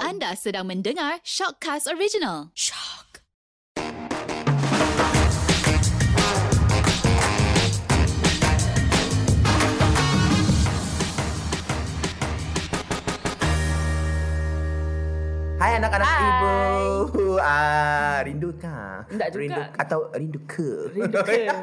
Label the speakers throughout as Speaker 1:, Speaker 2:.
Speaker 1: Anda sedang mendengar Shockcast Original.
Speaker 2: Shock.
Speaker 3: Hai anak-anak
Speaker 2: Hai.
Speaker 3: ibu. Ah, rindu kah?
Speaker 2: Enggak juga.
Speaker 3: Rindu atau rindu ke?
Speaker 2: Rindu ke?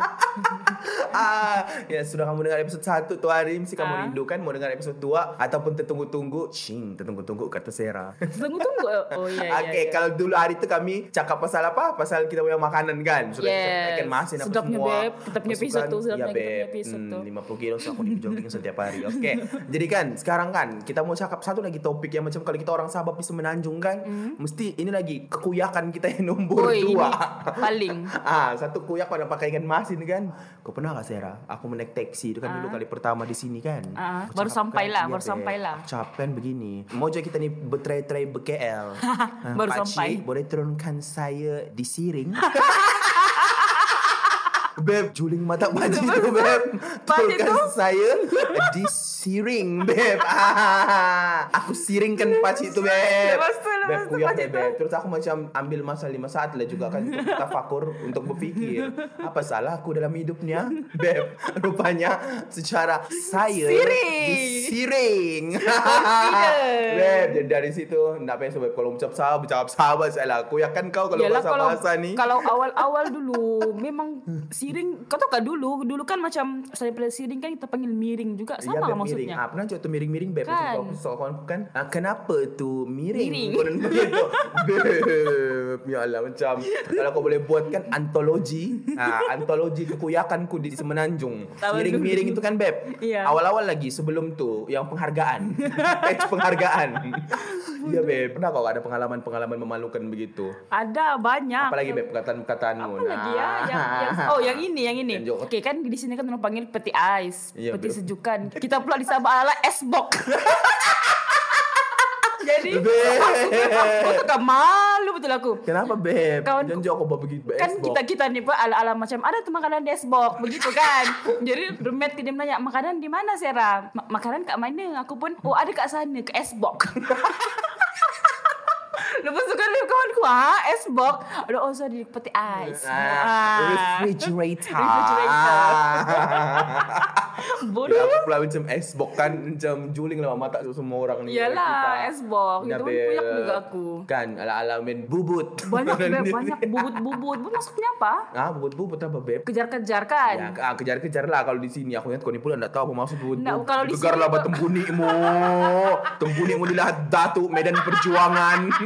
Speaker 3: ah, ya sudah kamu dengar episod 1 tu hari mesti kamu
Speaker 2: Ah.
Speaker 3: rindukan mau dengar episod 2 ataupun tertunggu-tunggu. Cing, tertunggu-tunggu kata Sarah.
Speaker 2: Tunggu-tunggu. Oh ya. ya,
Speaker 3: Oke, okay,
Speaker 2: ya.
Speaker 3: kalau dulu hari tu kami cakap pasal apa? Pasal kita punya makanan kan? Sudah
Speaker 2: Yes.
Speaker 3: kita ikan masin apa
Speaker 2: Sedapnya,
Speaker 3: semua.
Speaker 2: Beb. Kita punya episod
Speaker 3: Pasukan.
Speaker 2: tu, sedapnya
Speaker 3: ya,
Speaker 2: kita punya
Speaker 3: Beb.
Speaker 2: episod tu.
Speaker 3: hmm, 50 kilo so aku ikut jogging setiap hari. Oke. Jadi kan sekarang kan kita mau cakap satu lagi topik yang macam kalau kita orang Sabah bisa menanjung kan,
Speaker 2: Hmm.
Speaker 3: mesti ini lagi kekuyakan kita yang nomor
Speaker 2: Oi, Oh, ini
Speaker 3: dua.
Speaker 2: paling.
Speaker 3: ah, satu kuyak pada pakai ikan masin kan. Kau pernah gak Sarah? Aku menaik teksi itu kan dulu kali pertama di sini kan.
Speaker 2: Ah,
Speaker 3: Aku
Speaker 2: baru
Speaker 3: cakap
Speaker 2: sampai
Speaker 3: kan,
Speaker 2: lah,
Speaker 3: iya,
Speaker 2: baru
Speaker 3: Beb.
Speaker 2: sampai lah.
Speaker 3: Aku cakap kan begini. Mau je kita ni berterai-terai berKL. Ah,
Speaker 2: Baru
Speaker 3: "Pakcik,
Speaker 2: sampai."
Speaker 3: boleh turunkan saya di siring? Beb, juling mata pakcik tu Beb
Speaker 2: Pakcik
Speaker 3: Turunkan
Speaker 2: tu?
Speaker 3: saya di siring Beb ah, Aku siringkan pakcik tu Beb
Speaker 2: Lepas tu, lepas
Speaker 3: Beb
Speaker 2: tu
Speaker 3: kuyak
Speaker 2: pakcik
Speaker 3: Beb, Beb. Terus aku macam ambil masa lima saat lah juga kan Untuk kita fakur untuk berfikir Apa salah aku dalam hidupnya Beb Rupanya secara saya
Speaker 2: Siring.
Speaker 3: Disiring
Speaker 2: Confident.
Speaker 3: Beb, jadi dari situ Nak payah sebab kalau ucap sahabat Ucap sahabat saya lah Kuyakan kau kalau
Speaker 2: Yalah, kalau
Speaker 3: bahasa-bahasa ni
Speaker 2: kalau awal-awal dulu memang siring kau tahu kan dulu dulu kan macam daripada siring kan kita panggil miring juga
Speaker 3: Iya,
Speaker 2: sama lah
Speaker 3: beb, miring.
Speaker 2: maksudnya.
Speaker 3: Ah, pernah juga tu miring-miring beb
Speaker 2: Kan.
Speaker 3: kan. kawan aku kan. Ah, kenapa tu miring?
Speaker 2: Miring.
Speaker 3: Kau dan begitu. beb, ya Allah macam kalau kau boleh buatkan antologi, ah antologi kekuyakanku di Semenanjung.
Speaker 2: Tahu
Speaker 3: Miring-miring
Speaker 2: dulu.
Speaker 3: itu kan beb.
Speaker 2: Iya.
Speaker 3: Awal-awal lagi sebelum tu yang penghargaan. Page penghargaan. Iya beb, pernah kau ada pengalaman-pengalaman memalukan begitu?
Speaker 2: Ada banyak.
Speaker 3: Apalagi Ah. beb perkataan-perkataanmu.
Speaker 2: Ah, Apa lagi ya?
Speaker 3: Nah.
Speaker 2: Yang, yang, oh, yang ini, yang ini.
Speaker 3: Yang jauh.
Speaker 2: Oke, kan di sini kan orang panggil peti ais,
Speaker 3: Iya,
Speaker 2: peti
Speaker 3: betul.
Speaker 2: sejukan. Kita pula di Sabah ala es box. Jadi
Speaker 3: Beb.
Speaker 2: aku tuh gak malu betul aku.
Speaker 3: Kenapa beb?
Speaker 2: Kawan-
Speaker 3: Jangan jauh kau bawa begitu. beb,
Speaker 2: kan
Speaker 3: esbok.
Speaker 2: kita kita nih pak ala ala macam ada tuh makanan di esbok begitu kan jadi roommate dia nanya makanan di mana Sarah "Ma- makanan kak mana aku pun oh ada kak sana ke esbok lepas itu kan kawanku ah esbok aduh oh sorry peti ais
Speaker 3: Ah,
Speaker 2: ah.
Speaker 3: refrigerator.
Speaker 2: Refrigerator.
Speaker 3: Ya,
Speaker 2: bodoh
Speaker 3: aku pula macam S-box kan Macam juling lah mata tu semua orang ni
Speaker 2: Yalah,
Speaker 3: Kita-
Speaker 2: S-box.
Speaker 3: Dah
Speaker 2: Itu pun
Speaker 3: ber-
Speaker 2: puyak juga aku.
Speaker 3: Kan ala-ala main bubut
Speaker 2: banyak
Speaker 3: Orang
Speaker 2: Beb,
Speaker 3: ni.
Speaker 2: banyak bubut-bubut Bu, maksudnya apa
Speaker 3: Ah bubut-bubut apa beb?
Speaker 2: kejar-kejar kan
Speaker 3: Ya, ah, kejar-kejar lah kalau di sini. Aku ingat kau ni pula enggak tahu apa maksud bubut.
Speaker 2: Nggak, kalau di
Speaker 3: Gegar
Speaker 2: sini
Speaker 3: lah
Speaker 2: tu-
Speaker 3: batang bunikmu. Tembunikmu di lahat datu Medan Perjuangan.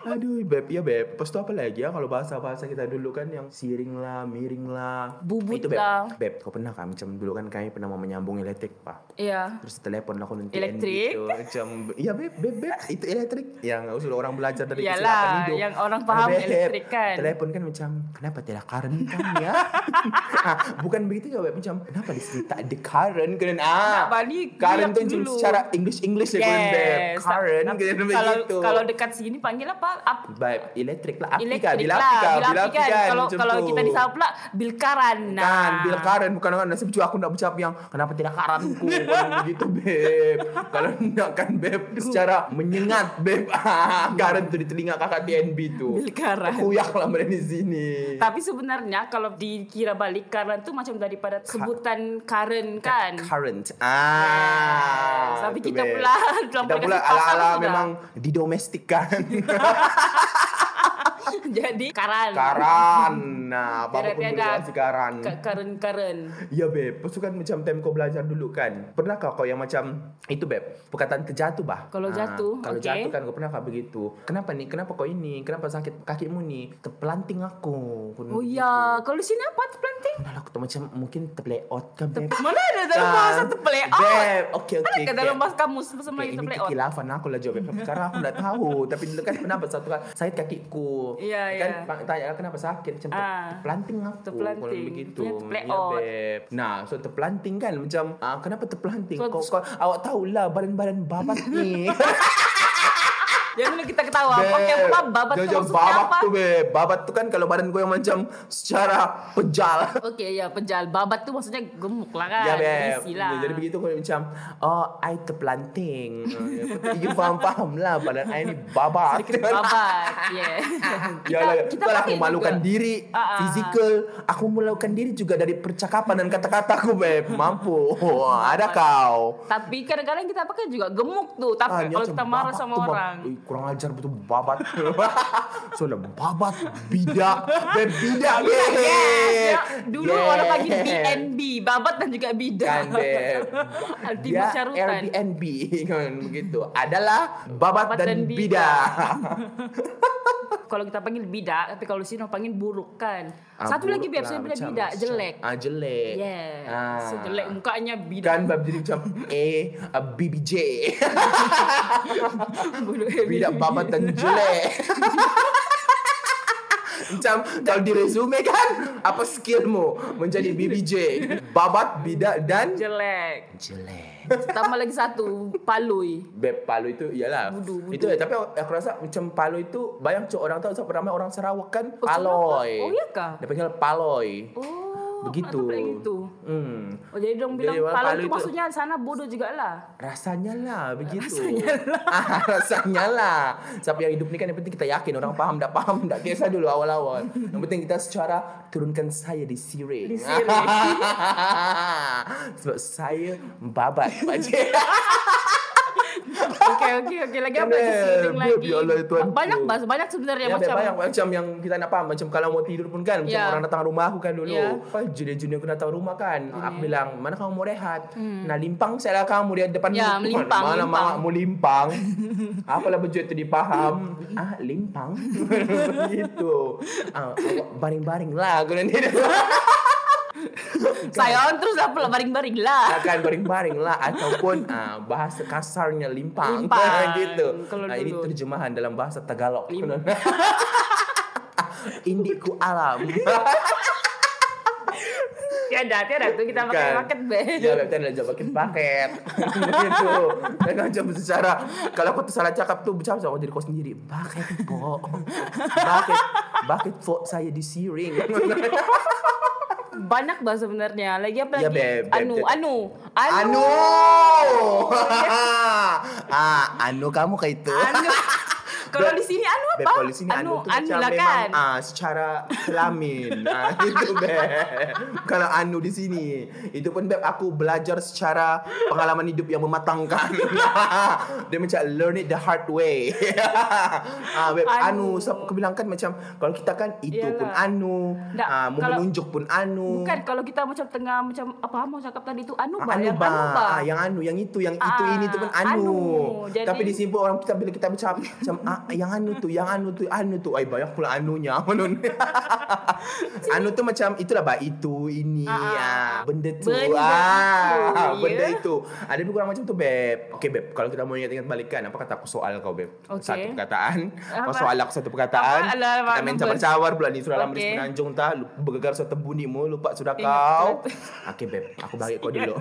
Speaker 3: Aduh, beb, ya beb. Lepas tu apa lagi ya kalau bahasa-bahasa kita dulu kan yang siring lah, miring lah.
Speaker 2: Bubut
Speaker 3: Itu beb.
Speaker 2: lah.
Speaker 3: Beb, kau pernah kan macam dulu kan kami pernah mau menyambung elektrik, Pak.
Speaker 2: iya
Speaker 3: Terus telepon lah aku nanti
Speaker 2: Elektrik.
Speaker 3: Andy tu Macam Iya beb beb beb ah, Itu elektrik Yang suruh orang belajar dari
Speaker 2: Yalah,
Speaker 3: kesilapan hidup
Speaker 2: yang orang faham
Speaker 3: Beb,
Speaker 2: elektrik kan.
Speaker 3: Telepon kan macam Kenapa tidak current kan ya ah, Bukan begitu juga beb Macam Kenapa di sini tak ada current kan ah,
Speaker 2: Kenapa ni
Speaker 3: Current
Speaker 2: gelap
Speaker 3: tu macam
Speaker 2: dulu?
Speaker 3: secara English-English ya kan beb Current kan
Speaker 2: kalau
Speaker 3: begitu
Speaker 2: kalau dekat sini panggil apa Ap-
Speaker 3: Beb elektrik lah Api kan
Speaker 2: elektrik
Speaker 3: Bila
Speaker 2: lah
Speaker 3: api kan
Speaker 2: bila
Speaker 3: Bila api kan
Speaker 2: kan kalau
Speaker 3: macam
Speaker 2: kalau
Speaker 3: tu.
Speaker 2: kita di Sabah pula bilkaran nah
Speaker 3: Kan, bila karen bukan orang nasib juga aku nak ucap yang kenapa tidak karanku Kalau begitu beb. Kalau nak kan beb secara menyengat beb. Ah, karen tu di telinga kakak TNB tu.
Speaker 2: Bilkaran.
Speaker 3: Kuyak lah mereka di sini.
Speaker 2: tapi sebenarnya kalau dikira balik karan tuh macam daripada sebutan karen kan
Speaker 3: Current. Ah.
Speaker 2: Yes, tapi
Speaker 3: tu,
Speaker 2: kita
Speaker 3: Beb.
Speaker 2: pula dalam
Speaker 3: kita pula
Speaker 2: aplikasi pasar
Speaker 3: ala-ala
Speaker 2: sudah.
Speaker 3: memang didomestikan.
Speaker 2: jadi karan
Speaker 3: karan. Nah, apa-apa
Speaker 2: Tiada-
Speaker 3: pun boleh
Speaker 2: tiada.
Speaker 3: orang si karan.
Speaker 2: Ka- karen karen
Speaker 3: Ya beb, Lepas tu kan macam time kau belajar dulu kan Pernah kau kau yang macam Itu beb, perkataan terjatuh bah Ha,
Speaker 2: Kalau jatuh,
Speaker 3: Kalau
Speaker 2: okey.
Speaker 3: jatuh kan kau pernah kau begitu Kenapa ni, kenapa kau ini, kenapa sakit kakimu ni Terpelanting aku Kau
Speaker 2: oh
Speaker 3: begitu.
Speaker 2: iya kalau di sini apa terpelanting
Speaker 3: Kalau aku tu macam mungkin terpeleot kan beb Ah,
Speaker 2: mana ada dalam bahasa terpeleot
Speaker 3: Beb, okey okey
Speaker 2: ada ke
Speaker 3: okey.
Speaker 2: dalam bahasa kamus bahasa
Speaker 3: Okey,
Speaker 2: Melayu
Speaker 3: ini
Speaker 2: terpeleot
Speaker 3: kekhilafan aku lah jawab Beb. Sekarang aku dah tahu Tapi dulu kan pernah bersatu kan Sakit kakiku
Speaker 2: Iya,
Speaker 3: Kan
Speaker 2: iya.
Speaker 3: pa- tanya kenapa sakit Macam ter-
Speaker 2: Ya, Ah.
Speaker 3: terpelanting aku
Speaker 2: Terpelanting.
Speaker 3: Kalau begitu
Speaker 2: Ya, terpeleot.
Speaker 3: Ya, beb. Nah so terpelanting kan Macam ah, kenapa terpelanting
Speaker 2: So-
Speaker 3: kau, kau, Awak tahulah badan-badan babat ni
Speaker 2: Jangan dulu Ya, kita ketawa.
Speaker 3: Beb,
Speaker 2: Oke, apa babat tuh
Speaker 3: Jojo,
Speaker 2: maksudnya
Speaker 3: babat
Speaker 2: apa?
Speaker 3: tuh beb. Babat tuh kan kalau badan gue yang macam secara pejal.
Speaker 2: Oke, ya penjal. Babat tuh maksudnya gemuk lah kan.
Speaker 3: ya beb.
Speaker 2: berisi lah.
Speaker 3: Ya, jadi begitu gue macam oh I terpelanting. Ah, ya, Iya paham paham lah badan I Kan? ini babat.
Speaker 2: Sedikit babat, ya.
Speaker 3: Ya lah,
Speaker 2: kita
Speaker 3: kalau aku
Speaker 2: pakai
Speaker 3: memalukan
Speaker 2: juga.
Speaker 3: diri,
Speaker 2: Ah, ah.
Speaker 3: physical, aku memalukan diri juga dari percakapan dan kata-kataku, beb. Mampu, ada kau.
Speaker 2: Tapi kadang-kadang kita pakai juga gemuk
Speaker 3: Ah,
Speaker 2: tuh. Tapi
Speaker 3: dia
Speaker 2: kalau
Speaker 3: macam
Speaker 2: kita marah
Speaker 3: babat
Speaker 2: sama
Speaker 3: tuh, bab-
Speaker 2: orang.
Speaker 3: Ih, kurang ajar betul babat. Soalnya babat, bidak, beb bidak, beb.
Speaker 2: Yes, ya. Dulu
Speaker 3: Yes.
Speaker 2: orang panggil BNB, babat dan juga bidan.
Speaker 3: Kan, beb.
Speaker 2: Anti
Speaker 3: Dia
Speaker 2: pacarutan.
Speaker 3: Airbnb kan begitu. Adalah babat,
Speaker 2: Babat
Speaker 3: dan,
Speaker 2: dan
Speaker 3: bidak.
Speaker 2: Kalau kita panggil bidak, tapi kalau sino panggil buruk kan.
Speaker 3: Ah,
Speaker 2: Satu lagi
Speaker 3: buruk
Speaker 2: beb,
Speaker 3: lah,
Speaker 2: saya bilang
Speaker 3: macam-
Speaker 2: bidak
Speaker 3: macam-
Speaker 2: jelek.
Speaker 3: Ah, jelek.
Speaker 2: Yeah.
Speaker 3: Ah.
Speaker 2: So, jelek mukanya bidak.
Speaker 3: Dan Kan, bab jadi macam eh uh, BBJ.
Speaker 2: Bulu
Speaker 3: Kan, Bidak babat dan jelek. Macam kalau di resume kan apa skillmu menjadi BBJ? Babat, bidak dan
Speaker 2: jelek.
Speaker 3: jelek.
Speaker 2: Tambah lagi satu, palui.
Speaker 3: Beb Palu itu iyalah.
Speaker 2: Budu, budu.
Speaker 3: Itu ya, tapi aku rasa macam Palu itu banyak cok orang tahu sebab ramai orang Sarawak kan
Speaker 2: Oh, Sarawak?
Speaker 3: Paloi.
Speaker 2: Oh, iya kah?
Speaker 3: Dia panggil Paloi.
Speaker 2: Oh,
Speaker 3: Begitu.
Speaker 2: atau begitu.
Speaker 3: Hmm.
Speaker 2: Oh, jadi dong
Speaker 3: Jadi
Speaker 2: bilang
Speaker 3: orang
Speaker 2: palu,
Speaker 3: Palu
Speaker 2: itu
Speaker 3: itu-
Speaker 2: maksudnya sana bodoh juga lah.
Speaker 3: Rasanya lah begitu. Rasanya lah. ah, rasanya lah. Siapa yang hidup ni kan yang penting kita yakin orang faham tak faham tak kisah dulu awal-awal. Yang penting kita secara turunkan saya di siring.
Speaker 2: Di siring.
Speaker 3: Sebab saya babat Pak Cik.
Speaker 2: Oke oke oke lagi apa
Speaker 3: Beb,
Speaker 2: lagi sering
Speaker 3: beb,
Speaker 2: lagi.
Speaker 3: ya Allah, ya Tuhanku.
Speaker 2: Banyak bahas banyak sebenarnya
Speaker 3: Ya,
Speaker 2: macam.
Speaker 3: macam, banyak macam yang kita nak faham Macam kalau mau tidur pun kan Macam
Speaker 2: Ya.
Speaker 3: orang datang rumah aku kan dulu
Speaker 2: Ya.
Speaker 3: Apa junior-junior aku datang rumah kan Aku bilang Mana kamu mau rehat Nah limpang saya lah kamu Dia depan
Speaker 2: Hmm. Ya,
Speaker 3: mu.
Speaker 2: melimpang,
Speaker 3: Mana
Speaker 2: limpang.
Speaker 3: mak mau limpang Apalah baju itu dipaham Ah limpang Gitu ah, awak Baring-baring lah Aku nanti
Speaker 2: Sayon terus apa lah baring-baring lah.
Speaker 3: akan baring-baring lah ataupun ah, bahasa kasarnya limpang,
Speaker 2: Limpang.
Speaker 3: gitu.
Speaker 2: Kalau
Speaker 3: Nah, ini
Speaker 2: dulu.
Speaker 3: terjemahan dalam bahasa Tagalog. Indiku alam.
Speaker 2: Tiada tiada tuh kita pakai
Speaker 3: Bukan.
Speaker 2: rocket bed.
Speaker 3: Ya, Beb, tadi adalah paket paket. gitu. Dan macam secara kalau aku tuh salah cakap tuh bicara sama diri kau sendiri. Paket po. Paket paket po saya disiring.
Speaker 2: Banyak bahas sebenarnya. Lagi apa lagi?
Speaker 3: Ya, beb, beb,
Speaker 2: anu,
Speaker 3: beb.
Speaker 2: anu, anu,
Speaker 3: anu. ah, anu kamu kayak itu.
Speaker 2: Anu. Kalau
Speaker 3: Beb,
Speaker 2: di sini anu
Speaker 3: Beb,
Speaker 2: apa?
Speaker 3: kalau di sini anu, tuh
Speaker 2: anu
Speaker 3: macam
Speaker 2: lah
Speaker 3: memang
Speaker 2: kan.
Speaker 3: ah, secara kelamin. Nah, itu Beb. Kalau anu di sini, itu pun Beb aku belajar secara pengalaman hidup yang mematangkan. Dia macam learn it the hard way. ah, Beb, anu,
Speaker 2: Anu.
Speaker 3: siapa aku bilang kan macam kalau kita kan itu
Speaker 2: Iyalah.
Speaker 3: pun anu,
Speaker 2: Nggak,
Speaker 3: ah, mau
Speaker 2: kalau-
Speaker 3: menunjuk pun anu.
Speaker 2: Bukan kalau kita macam tengah macam apa mau cakap tadi tuh anu
Speaker 3: Ah,
Speaker 2: bah, yang
Speaker 3: ba.
Speaker 2: anu bah.
Speaker 3: Ah, yang anu, yang itu, yang itu
Speaker 2: Ah,
Speaker 3: ini tu pun anu.
Speaker 2: anu. Jadi-
Speaker 3: Tapi di sini pun orang kita bila kita macam macam ah, yang anu tu, yang anu tu, anu tu. Ai banyak pula anunya. Anu ni. anu tu macam itulah bah itu ini ah,
Speaker 2: Ah, ah.
Speaker 3: benda tu.
Speaker 2: Benda tu,
Speaker 3: ah,
Speaker 2: ya.
Speaker 3: benda itu. Ada lebih kurang macam tu beb. Okey beb, kalau kita mau ingat-ingat balikan apa kata aku soal kau beb?
Speaker 2: Okey.
Speaker 3: Satu perkataan. Kau
Speaker 2: Apa?
Speaker 3: soal aku satu perkataan.
Speaker 2: Apa? Alah,
Speaker 3: kita main
Speaker 2: numbers.
Speaker 3: cabar-cabar pula ni surah okay.
Speaker 2: Okey.
Speaker 3: penanjung tah bergegar serta bunimu lupa sudah
Speaker 2: Ingat
Speaker 3: kau. Okey beb, aku bagi kau dulu.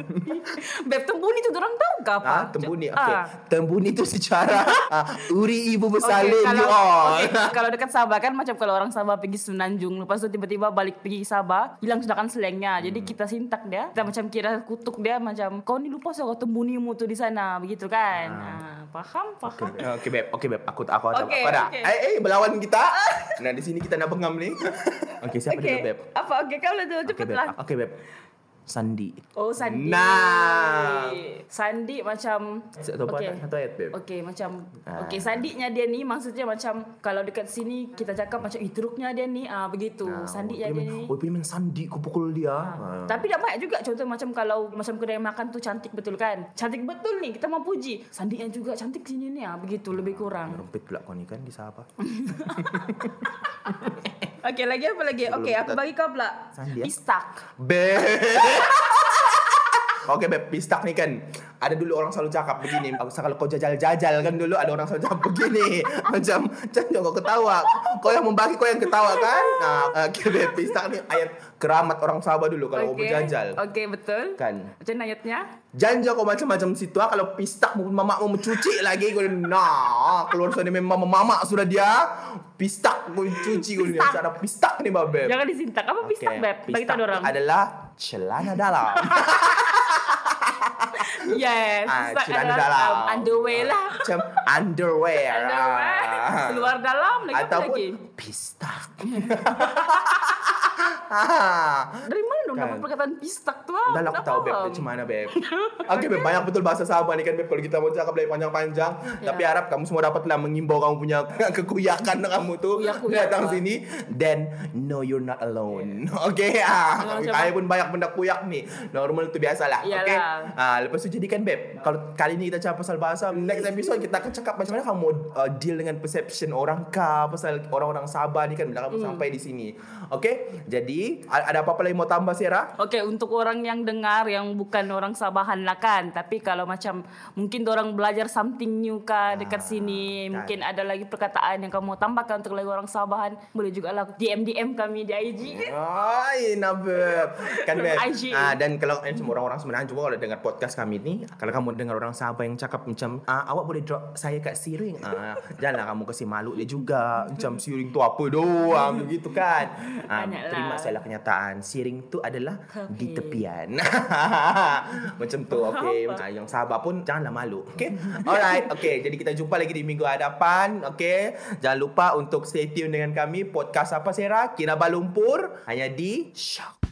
Speaker 2: Beb tembuni tuh orang tahu gak apa?
Speaker 3: Ah, tembuni. Okey.
Speaker 2: Ah.
Speaker 3: Tembuni itu secara ah, uri ibu bersalin
Speaker 2: Okey,
Speaker 3: you all.
Speaker 2: okey, kalau dekat Sabah kan macam kalau orang Sabah pergi Semenanjung lepas tu tiba-tiba balik pergi Sabah hilang sedangkan slangnya jadi
Speaker 3: Hmm.
Speaker 2: kita sintak dia kita macam kira kutuk dia macam kau ni lupa kau tembunimu tu di sana begitu kan ah. paham paham
Speaker 3: Okey beb, okey beb, aku aku ada
Speaker 2: Okey,
Speaker 3: apa dah.
Speaker 2: okey.
Speaker 3: Eh, eh berlawan kita. Nah, di sini kita nak bengam ni. Okey, siapa dulu beb?
Speaker 2: apa okey kau lah dulu
Speaker 3: Okey beb.
Speaker 2: cepatlah
Speaker 3: Okey beb. Sandi.
Speaker 2: oh Sandi
Speaker 3: Nah.
Speaker 2: Sandi macam
Speaker 3: Satu apa?
Speaker 2: Okey.
Speaker 3: Satu ayat beb.
Speaker 2: Okey macam
Speaker 3: Ah.
Speaker 2: Okey sandinya dia ni Maksudnya macam Kalau dekat sini Kita cakap macam Ih teruknya dia ni ah Begitu
Speaker 3: Ah,
Speaker 2: Sandinya
Speaker 3: oh, dia
Speaker 2: dia
Speaker 3: main-
Speaker 2: ni
Speaker 3: Oh, dia main sandi, aku pukul dia. Ah.
Speaker 2: Tapi tak banyak juga contoh macam kalau macam kedai makan tu cantik betul kan? Cantik betul ni kita mau puji. Sandinya juga cantik sini ni ah begitu lebih kurang.
Speaker 3: Rempit pula kau ni kan di Sabah.
Speaker 2: Eh, Okey lagi
Speaker 3: eh?
Speaker 2: apa lagi? Okey aku bagi kau pula.
Speaker 3: Sandi, ah.
Speaker 2: Pistak.
Speaker 3: Beb. Okay Beb, pistak ni kan Ada dulu orang selalu cakap begini Misal kalau kau jajal-jajal kan dulu Ada orang selalu cakap begini Macam Macam jangan kau ketawa Kau yang membagi kau yang ketawa kan Nah okay Beb, pistak ni ayat keramat orang Sabah dulu Kalau kau berjajal
Speaker 2: Oke, betul.
Speaker 3: Kan
Speaker 2: Macam mana ayatnya?
Speaker 3: Janja kau macam-macam situ ah. Kalau pistak mu mamak mu mencuci lagi Kau nah Keluar sana memang memamak sudah dia Pistak kau cuci kau ni Cara pistak ni Beb
Speaker 2: Jangan disintak. Apa pistak,
Speaker 3: Okey,
Speaker 2: Beb? Bagi
Speaker 3: pistak
Speaker 2: tahu orang.
Speaker 3: adalah celana dalam.
Speaker 2: Yes.
Speaker 3: ah,
Speaker 2: pistak
Speaker 3: celana
Speaker 2: adalah,
Speaker 3: dalam.
Speaker 2: um, underwear lah.
Speaker 3: Macam underwear.
Speaker 2: Underwear.
Speaker 3: Ah.
Speaker 2: Seluar dalam lagi apa
Speaker 3: Ataupun
Speaker 2: lagi?
Speaker 3: pistak. Ah.
Speaker 2: Dari mana dong
Speaker 3: Kan.
Speaker 2: dapat perkataan pistak tuh? ah?
Speaker 3: Dah lah aku
Speaker 2: Tak
Speaker 3: tahu Beb
Speaker 2: faham.
Speaker 3: Macam mana Beb Okay Beb Banyak betul bahasa Sabah ni kan Beb Kalau kita mau cakap dari panjang-panjang
Speaker 2: Ya.
Speaker 3: Tapi harap kamu semua dapatlah Mengimbau kamu punya Kekuyakan kamu tu
Speaker 2: Kuyak-kuyak
Speaker 3: Datang
Speaker 2: lah.
Speaker 3: sini Then No you're not alone Okay ah.
Speaker 2: Jangan macam-
Speaker 3: Kaya pun banyak benda kuyak ni Normal tu biasalah Okay
Speaker 2: Iyalah.
Speaker 3: ah, Lepas tu jadikan Beb Kalau kali ni kita cakap pasal bahasa Next episode kita akan cakap Macam mana kamu mau uh, Deal dengan perception orang kah Pasal orang-orang Sabah ni kan Bila
Speaker 2: Hmm.
Speaker 3: kamu sampai di sini Okay Jadi a- Ada apa-apa lagi mau tambah Sarah?
Speaker 2: Oke, untuk orang yang dengar yang bukan orang Sabahan lah kan, tapi kalau macam mungkin orang belajar something new kah dekat
Speaker 3: kan.
Speaker 2: sini, mungkin ada lagi perkataan yang kamu mau tambahkan untuk lagi orang Sabahan, boleh juga lah DM DM kami di IG.
Speaker 3: Ay, na beb. Kan beb.
Speaker 2: IG.
Speaker 3: Ah, dan kalau eh, semua orang-orang sebenarnya juga kalau dengar podcast kami ni, kalau kamu dengar orang Sabah yang cakap macam ah, awak boleh drop saya kat siring. Ah, janganlah kamu kasi malu dia juga. Macam siring tu apa doang begitu kan. Ah,
Speaker 2: Banyaklah.
Speaker 3: terima sajalah kenyataan. Siring tu adalah di tepian. macam tu. Okey. Ah, yang Sabah pun janganlah malu. Okey. Alright. Okey, jadi kita jumpa lagi di minggu hadapan. Okey. Jangan lupa untuk stay tune dengan kami podcast apa Sarah? Kinabalumpur hanya di Shock.